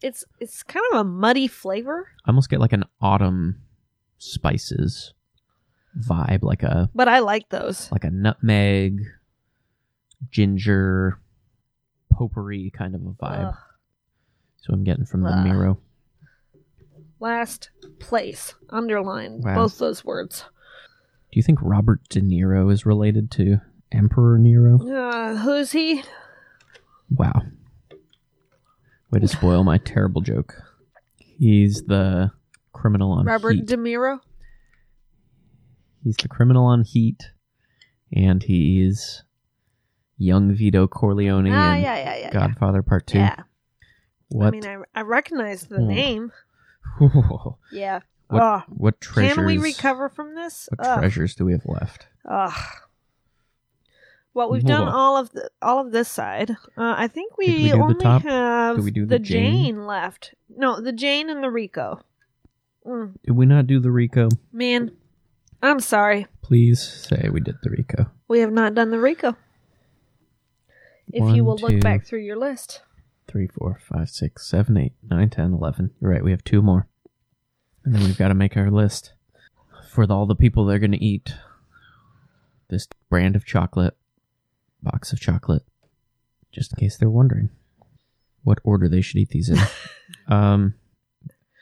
it's it's kind of a muddy flavor, I almost get like an autumn spices vibe, like a but I like those. like a nutmeg, ginger, potpourri kind of a vibe. Ugh. So I'm getting from the Ugh. Miro. Last place. Underline Wow. both those words. Do you think Robert De Niro is related to Emperor Nero? Uh, who's he? Wow. Way to spoil my terrible joke. He's the criminal on Robert Heat. De Niro. he's the criminal on Heat, and he's young Vito Corleone Ah, in yeah, yeah, yeah. yeah. Godfather Part Two. Yeah. What? I mean, I, I recognize the Hmm. name. Yeah. What- Ugh. what treasures? Can we recover from this? What Ugh. treasures do we have left? Ugh. Well, we've done Whoa. all of the, all of this side. Uh, I think we, we do the only top? have Did we do the the Jane? left. No, the Jane and the Rico. Mm, Did we not do the Rico? man, I'm sorry, Please say we did the Rico. we have not done the Rico. If One, you will two. look back through your list, Three, four, five, six, seven, eight, nine, ten, eleven. You're right. We have two more, and then we've got to make our list for the- all the people they're going to eat this brand of chocolate, box of chocolate, just in case they're wondering what order they should eat these in. um,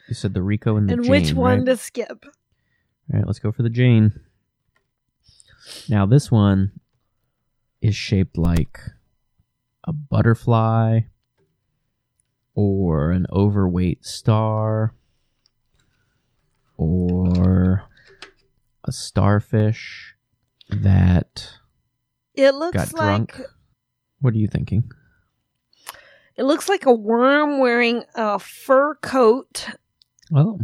you said the Rico and the and Jane, which one right? to skip? All right, let's go for the Jane. Now this one is shaped like a butterfly or an overweight star or a starfish that It looks got like drunk. What are you thinking? it looks like a worm wearing a fur coat, Oh,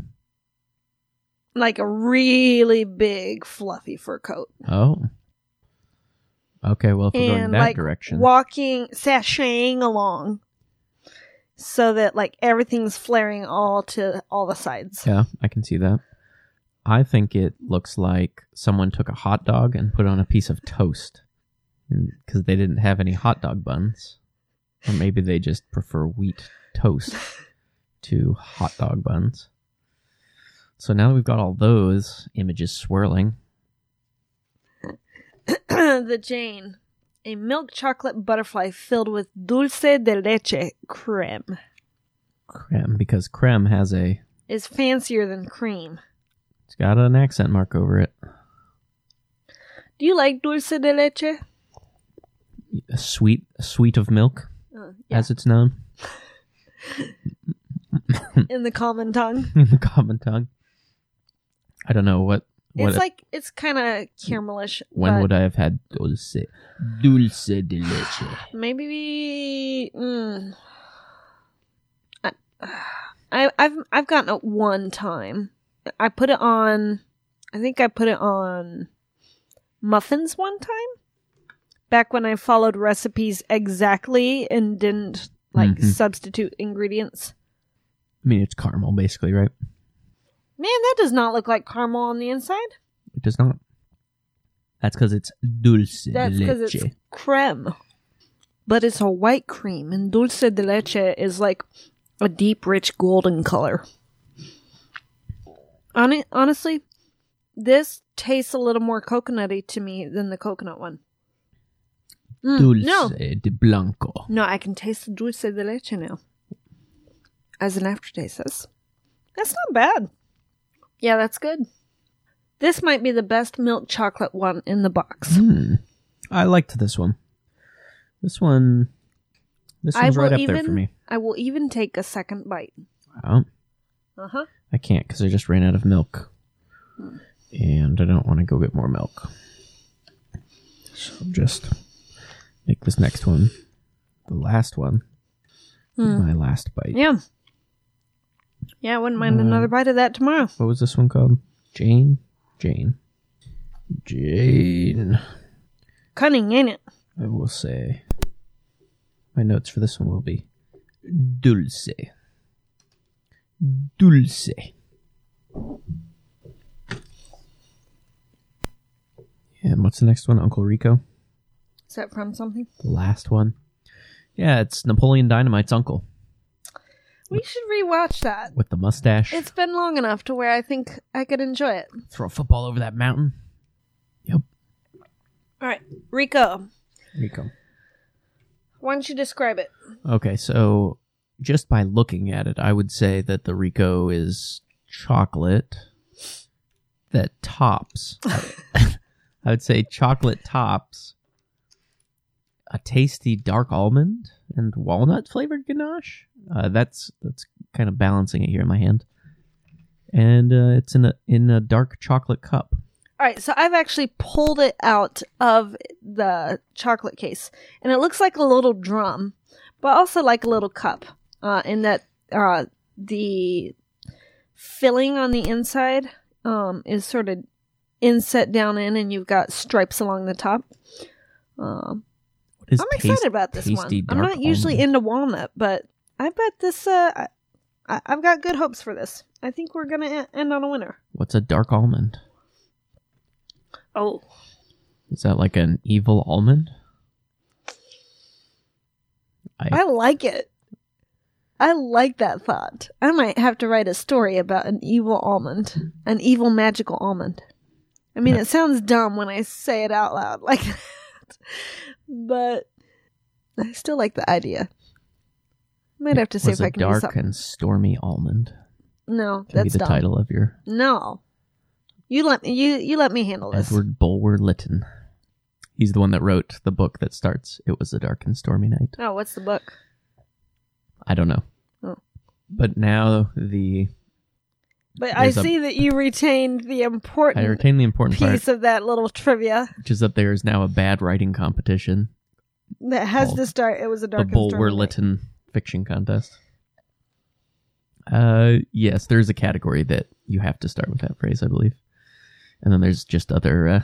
like a really big fluffy fur coat. oh. Okay, well if we're going And, that like, direction. walking, sashaying along, so that like everything's flaring all to all the sides. Yeah, I can see that. I think it looks like someone took a hot dog and put it on a piece of toast because they didn't have any hot dog buns. Or maybe they just prefer wheat toast to hot dog buns. So now that we've got all those images swirling, the Jane, a milk chocolate butterfly filled with dulce de leche creme, creme, because creme has a, is fancier than cream. it's got an accent mark over it, Do you like dulce de leche? a sweet, a sweet of milk, Uh, yeah, as it's known in the common tongue. in the common tongue. I don't know what, what it's like it's kind of caramelish. When but would I have had dulce? Dulce de leche. Maybe we. Mm, I, I, I've I've gotten it one time. I put it on. I think I put it on muffins one time. Back when I followed recipes exactly and didn't like Mhm. substitute ingredients. I mean, it's caramel, basically, right? Man, that does not look like caramel on the inside. It does not. That's because it's dulce That's de because leche. it's creme. But it's a white cream, and dulce de leche is like a deep, rich golden color. Hon- honestly, this tastes a little more coconutty to me than the coconut one. Mm, dulce No, de blanco. no, I can taste the dulce de leche now. As an aftertaste, that's, that's not bad. Yeah, that's good. This might be the best milk chocolate one in the box. Hmm. I liked this one. This one. This I one's will right up even, there for me. I will even take a second bite. Oh, Uh huh. I can't because I just ran out of milk, and I don't want to go get more milk. So I'll just make this next one, the last one, Hmm. my last bite. Yeah. Yeah, I wouldn't mind Uh, another bite of that tomorrow. What was this one called? Jane. Jane. Jane. Cunning, ain't it? I will say. My notes for this one will be dulce. Dulce. And what's the next one? Uncle Rico? Is that from something? The last one? Yeah, it's Napoleon Dynamite's uncle We should rewatch that. with the mustache. It's been long enough to where I think I could enjoy it. Throw a football over that mountain. Yep. All right, Rico, Rico. why don't you describe it? Okay, so just by looking at it, I would say that the Rico is chocolate that tops. I would say chocolate tops a tasty dark almond and walnut flavored ganache. Uh, that's that's kind of balancing it here in my hand, and uh, it's in a in a dark chocolate cup. All right, so I've actually pulled it out of the chocolate case, and it looks like a little drum, but also like a little cup. Uh, in that uh, the filling on the inside um, is sort of inset down in, and you've got stripes along the top. Um, What is I'm taste- excited about this one. tasty I'm dark not usually almond. into walnut, but I bet this. Uh, I- I, I've got good hopes for this. I think we're gonna e- end on a winner. What's a dark almond? Oh, Is that like an evil almond? I like it. I like that thought. I might have to write a story about an evil almond, an evil magical almond. I mean, it sounds dumb when I say it out loud like that, but I still like the idea. Might have to see was if I a can do dark something. and stormy almond. No, Can be that's the dumb. title of your No, you let me. You you let me handle this. Edward Bulwer Lytton. He's the one that wrote the book that starts. It was a dark and stormy night. Oh, what's the book? I don't know, Oh. but now the But There's I a- see that you retained the I important retain the important part, piece of that little trivia. which is that there is now a bad writing competition, that has called this dark. It was a dark. the and Bulwer stormy night. Lytton fiction contest. Uh, yes, there's a category that you have to start with that phrase, I believe, and then there's just other uh,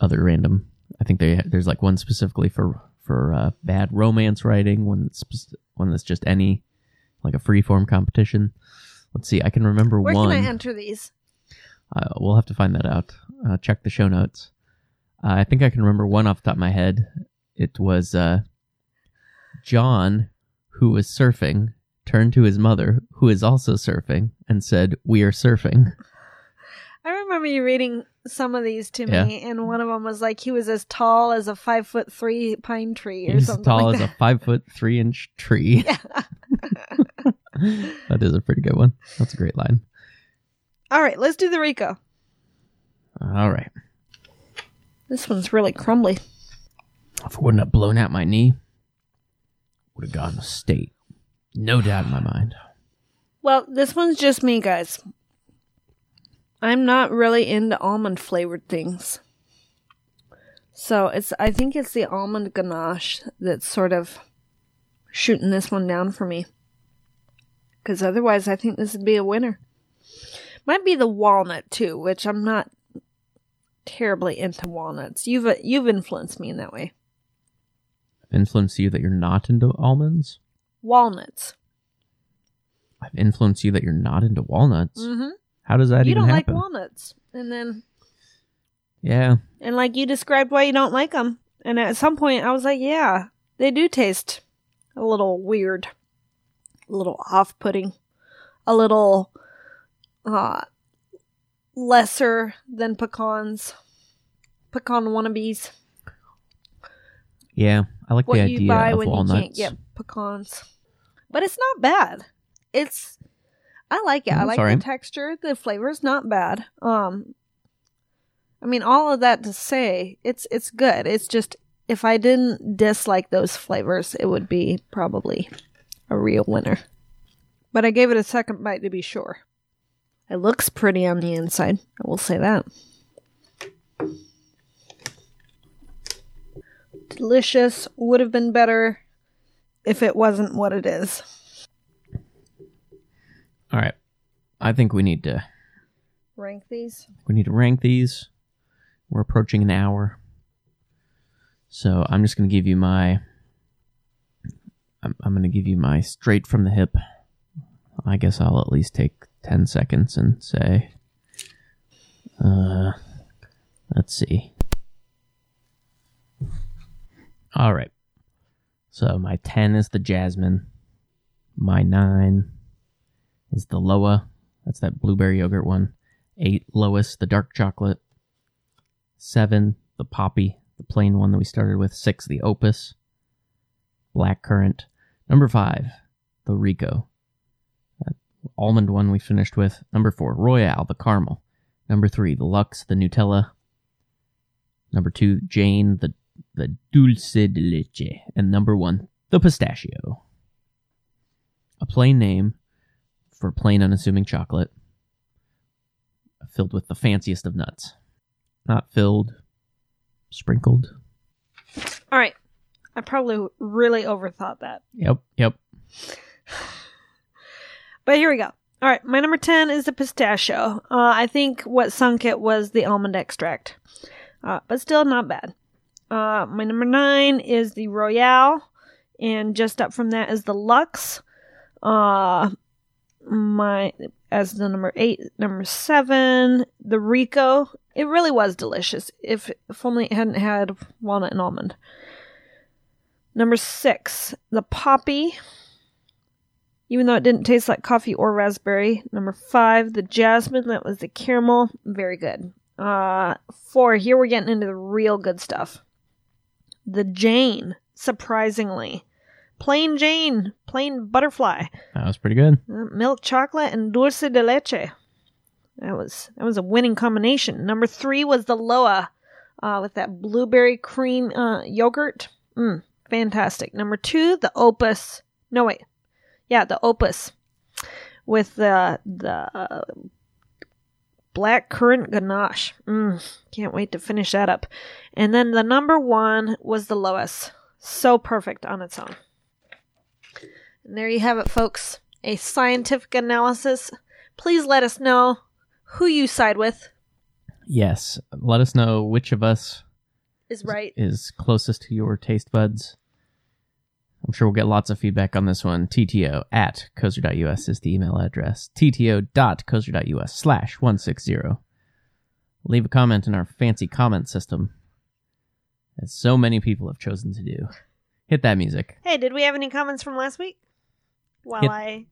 other random. I think they there's like one specifically for for uh, bad romance writing, one that's spec- one that's just any like a free form competition. Let's see, I can remember Where one. can I enter these? Uh, we'll have to find that out. Uh, check the show notes. Uh, I think I can remember one off the top of my head. It was uh, John, who was surfing, turned to his mother, who is also surfing, and said, "We are surfing." I remember you reading some of these to Yeah. me, and one of them was like he was as tall as a five foot three pine tree or He's as something tall like as that. a five foot three inch tree. that is a pretty good one. That's a great line. All right, let's do the Rico. All right, This one's really crumbly. if I wouldn't have blown out my knee, would have gotten a state. No doubt in my mind. Well, this one's just me, guys. I'm not really into almond flavored things. So it's I think it's the almond ganache that's sort of shooting this one down for me. Cuz otherwise I think this would be a winner. Might be the walnut too, which I'm not terribly into walnuts. You've you've influenced me in that way. Influence you that you're not into almonds. Walnuts. I've influenced you that you're not into walnuts. Mhm. How does that you even don't happen? like walnuts, and then yeah, and like you described why you don't like them, and at some point I was like, yeah, they do taste a little weird, a little off-putting, a little uh, lesser than pecans, pecan wannabes. yeah. I like what the you idea buy of when walnuts. you can't get pecans. But it's not bad. It's I like it. I That's like all right. the texture. The flavor's not bad. Um I mean all of that to say it's it's good. It's just if I didn't dislike those flavors, it would be probably a real winner. But I gave it a second bite to be sure. It looks pretty on the inside. I will say that. Delicious. Would have been better if it wasn't what it is. All right, I think we need to Rank these. we need to rank these. We're approaching an hour, so I'm just going to give you my. I'm, I'm going to give you my straight from the hip. I guess I'll at least take ten seconds and say. Uh, let's see. All right. So my ten is the jasmine. My nine is the Loa. That's that blueberry yogurt one. Eight, Lois, the dark chocolate. Seven, the poppy, the plain one that we started with. Six, the opus, black currant. Number five, the Rico. That almond one we finished with. Number four, Royale, the caramel. Number three, the Lux, the Nutella. Number two, Jane, the the dulce de leche. And number one, the pistachio. A plain name for plain unassuming chocolate filled with the fanciest of nuts. Not filled, sprinkled. All right. I probably really overthought that. Yep, yep. But here we go. All right, my number 10 is the pistachio. Uh, I think what sunk it was the almond extract, uh, but still not bad. Uh, my number 9 is the Royale, and just up from that is the Lux. Uh, my as the number 8, number 7, the Rico. It really was delicious if, if only it hadn't had walnut and almond. Number 6, the Poppy even though it didn't taste like coffee or raspberry. Number five, the jasmine. That was the caramel. Very good. Uh, four, here we're getting into the real good stuff. The Jane, surprisingly. Plain Jane, plain butterfly, That was pretty good. Uh, milk chocolate, and dulce de leche. That was that was a winning combination. Number three was the Loa, uh, with that blueberry cream uh, yogurt. Mm, fantastic. Number two, the Opus. No wait, yeah, the Opus with the the uh, black currant ganache. Mm, can't wait to finish that up. And then the number one was the Lois. So perfect on its own. And there you have it, folks. A scientific analysis. Please let us know who you side with Yes. Let us know which of us is right. is closest to your taste buds. I'm sure we'll get lots of feedback on this one. TTO at cozer.us is the email address. TTO.cozer.us slash 160. Leave a comment in our fancy comment system, as so many people have chosen to do. Hit that music. Hey, did we have any comments from last week? While Hit I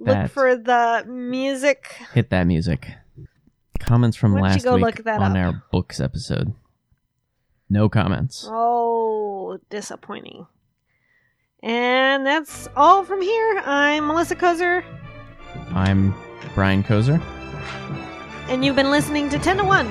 that. look for the music. Hit that music. Comments from Why don't you last go week look that on up? our books episode. No comments. Oh, disappointing. And that's all from here. I'm Melissa Kozer, I'm Brian Kozer. and you've been listening to 10 to 1.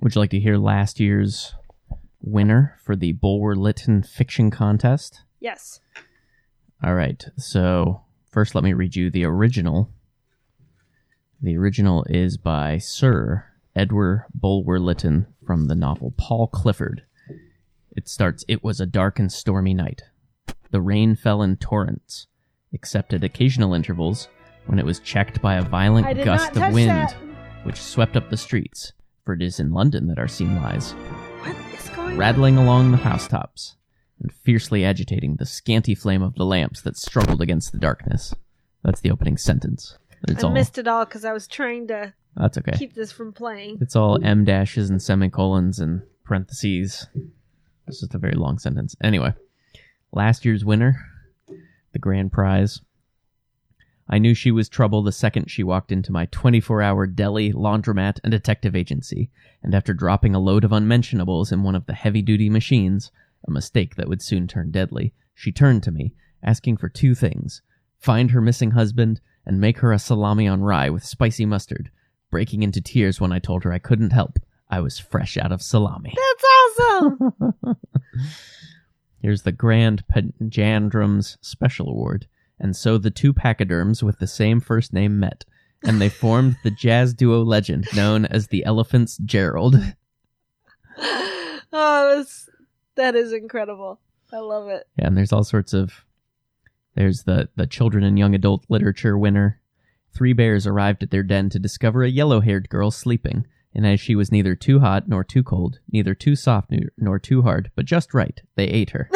Would you like to hear last year's winner for the Bulwer Lytton Fiction Contest? Yes. All right. So, first, let me read you the original. The original is by Sir Edward Bulwer Lytton from the novel Paul Clifford. It starts It was a dark and stormy night. The rain fell in torrents, except at occasional intervals when it was checked by a I violent did not gust touch of wind that. which swept up the streets, for it is in London that our scene lies, What is going on? rattling along the housetops and fiercely agitating the scanty flame of the lamps that struggled against the darkness. That's the opening sentence. It's I all missed it all because I was trying to that's okay. keep this from playing. It's all M dashes and semicolons and parentheses. It's just a very long sentence. Anyway, last year's winner, the grand prize. I knew she was trouble the second she walked into my 24 hour deli, laundromat, and detective agency, and after dropping a load of unmentionables in one of the heavy duty machines, a mistake that would soon turn deadly, she turned to me, asking for two things find her missing husband and make her a salami on rye with spicy mustard breaking into tears when I told her I couldn't help. I was fresh out of salami. That's awesome. Here's the Grand Panjandrums Special Award. And so the two pachyderms with the same first name met, and they formed the jazz duo legend known as the Elephants Gerald. oh, that's, that is incredible. I love it. Yeah, and there's all sorts of there's the the children and young adult literature winner. Three bears arrived at their den to discover a yellow-haired girl sleeping, and as she was neither too hot nor too cold, neither too soft nor- nor too hard, but just right, they ate her.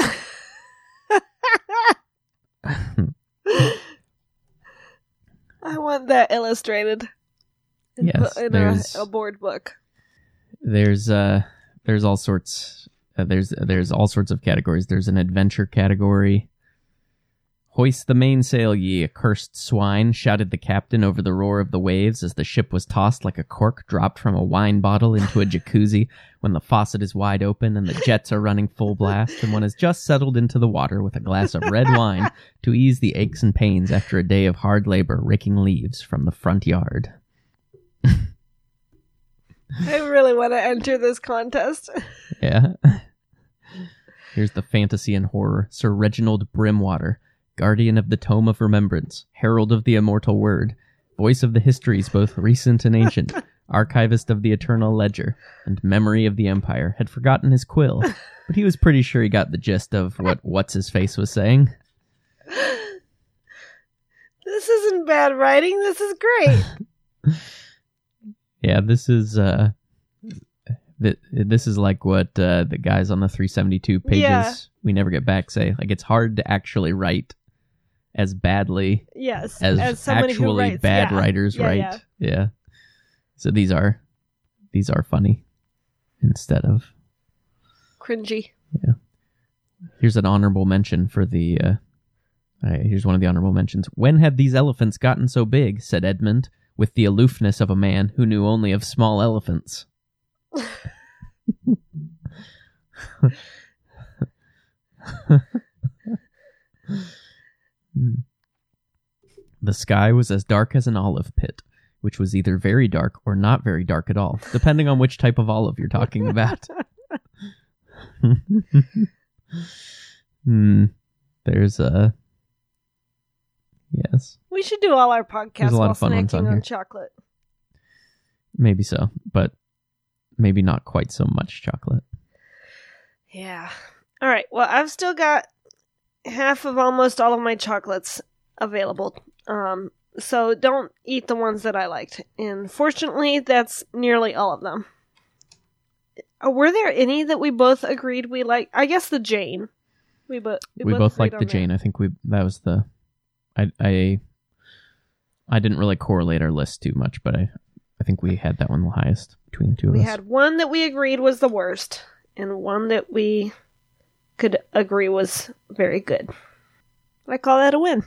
I want that illustrated. In, Yes, bu- in a, there's- a board book. there's uh there's all sorts uh, there's there's all sorts of categories. There's an adventure category. Hoist the mainsail, ye accursed swine! shouted the captain over the roar of the waves as the ship was tossed like a cork dropped from a wine bottle into a jacuzzi when the faucet is wide open and the jets are running full blast and one has just settled into the water with a glass of red wine to ease the aches and pains after a day of hard labor raking leaves from the front yard. I really want to enter this contest. Yeah. Here's the fantasy and horror. Sir Reginald Brimwater, guardian of the Tome of Remembrance, herald of the immortal word, voice of the histories both recent and ancient, archivist of the eternal ledger, and memory of the empire, had forgotten his quill, but he was pretty sure he got the gist of what what's his face was saying. This isn't bad writing. This is great. Yeah, this is uh th- this is like what uh, the guys on the 372 pages Yeah. we never get back say. Like it's hard to actually write as badly Yes. as, someone who actually writes- bad yeah. writers Yeah, write. yeah. Yeah. So these are these are funny instead of Cringy. here's an honorable mention for the uh, all right, here's one of the honorable mentions. When had these elephants gotten so big? said Edmund, with the aloofness of a man who knew only of small elephants. Hmm. the sky was as dark as an olive pit, which was either very dark or not very dark at all, depending on which type of olive you're talking about. Hmm. There's a yes, We should do all our podcasts There's a lot while of fun ones snacking on on, here. chocolate. maybe so, but maybe not quite so much chocolate. Yeah. All right. Well, I've still got half of almost all of my chocolates available. Um, so don't eat the ones that I liked. And fortunately, that's nearly all of them. Uh, were there any that we both agreed we liked? I guess the Jane. We, bo- We, both agreed like the on that. Jane. I think we that was the I I I didn't really correlate our list too much, but I I think we had that one the highest between the two of We us. had one that we agreed was the worst, and one that we could agree was very good. I call that a win.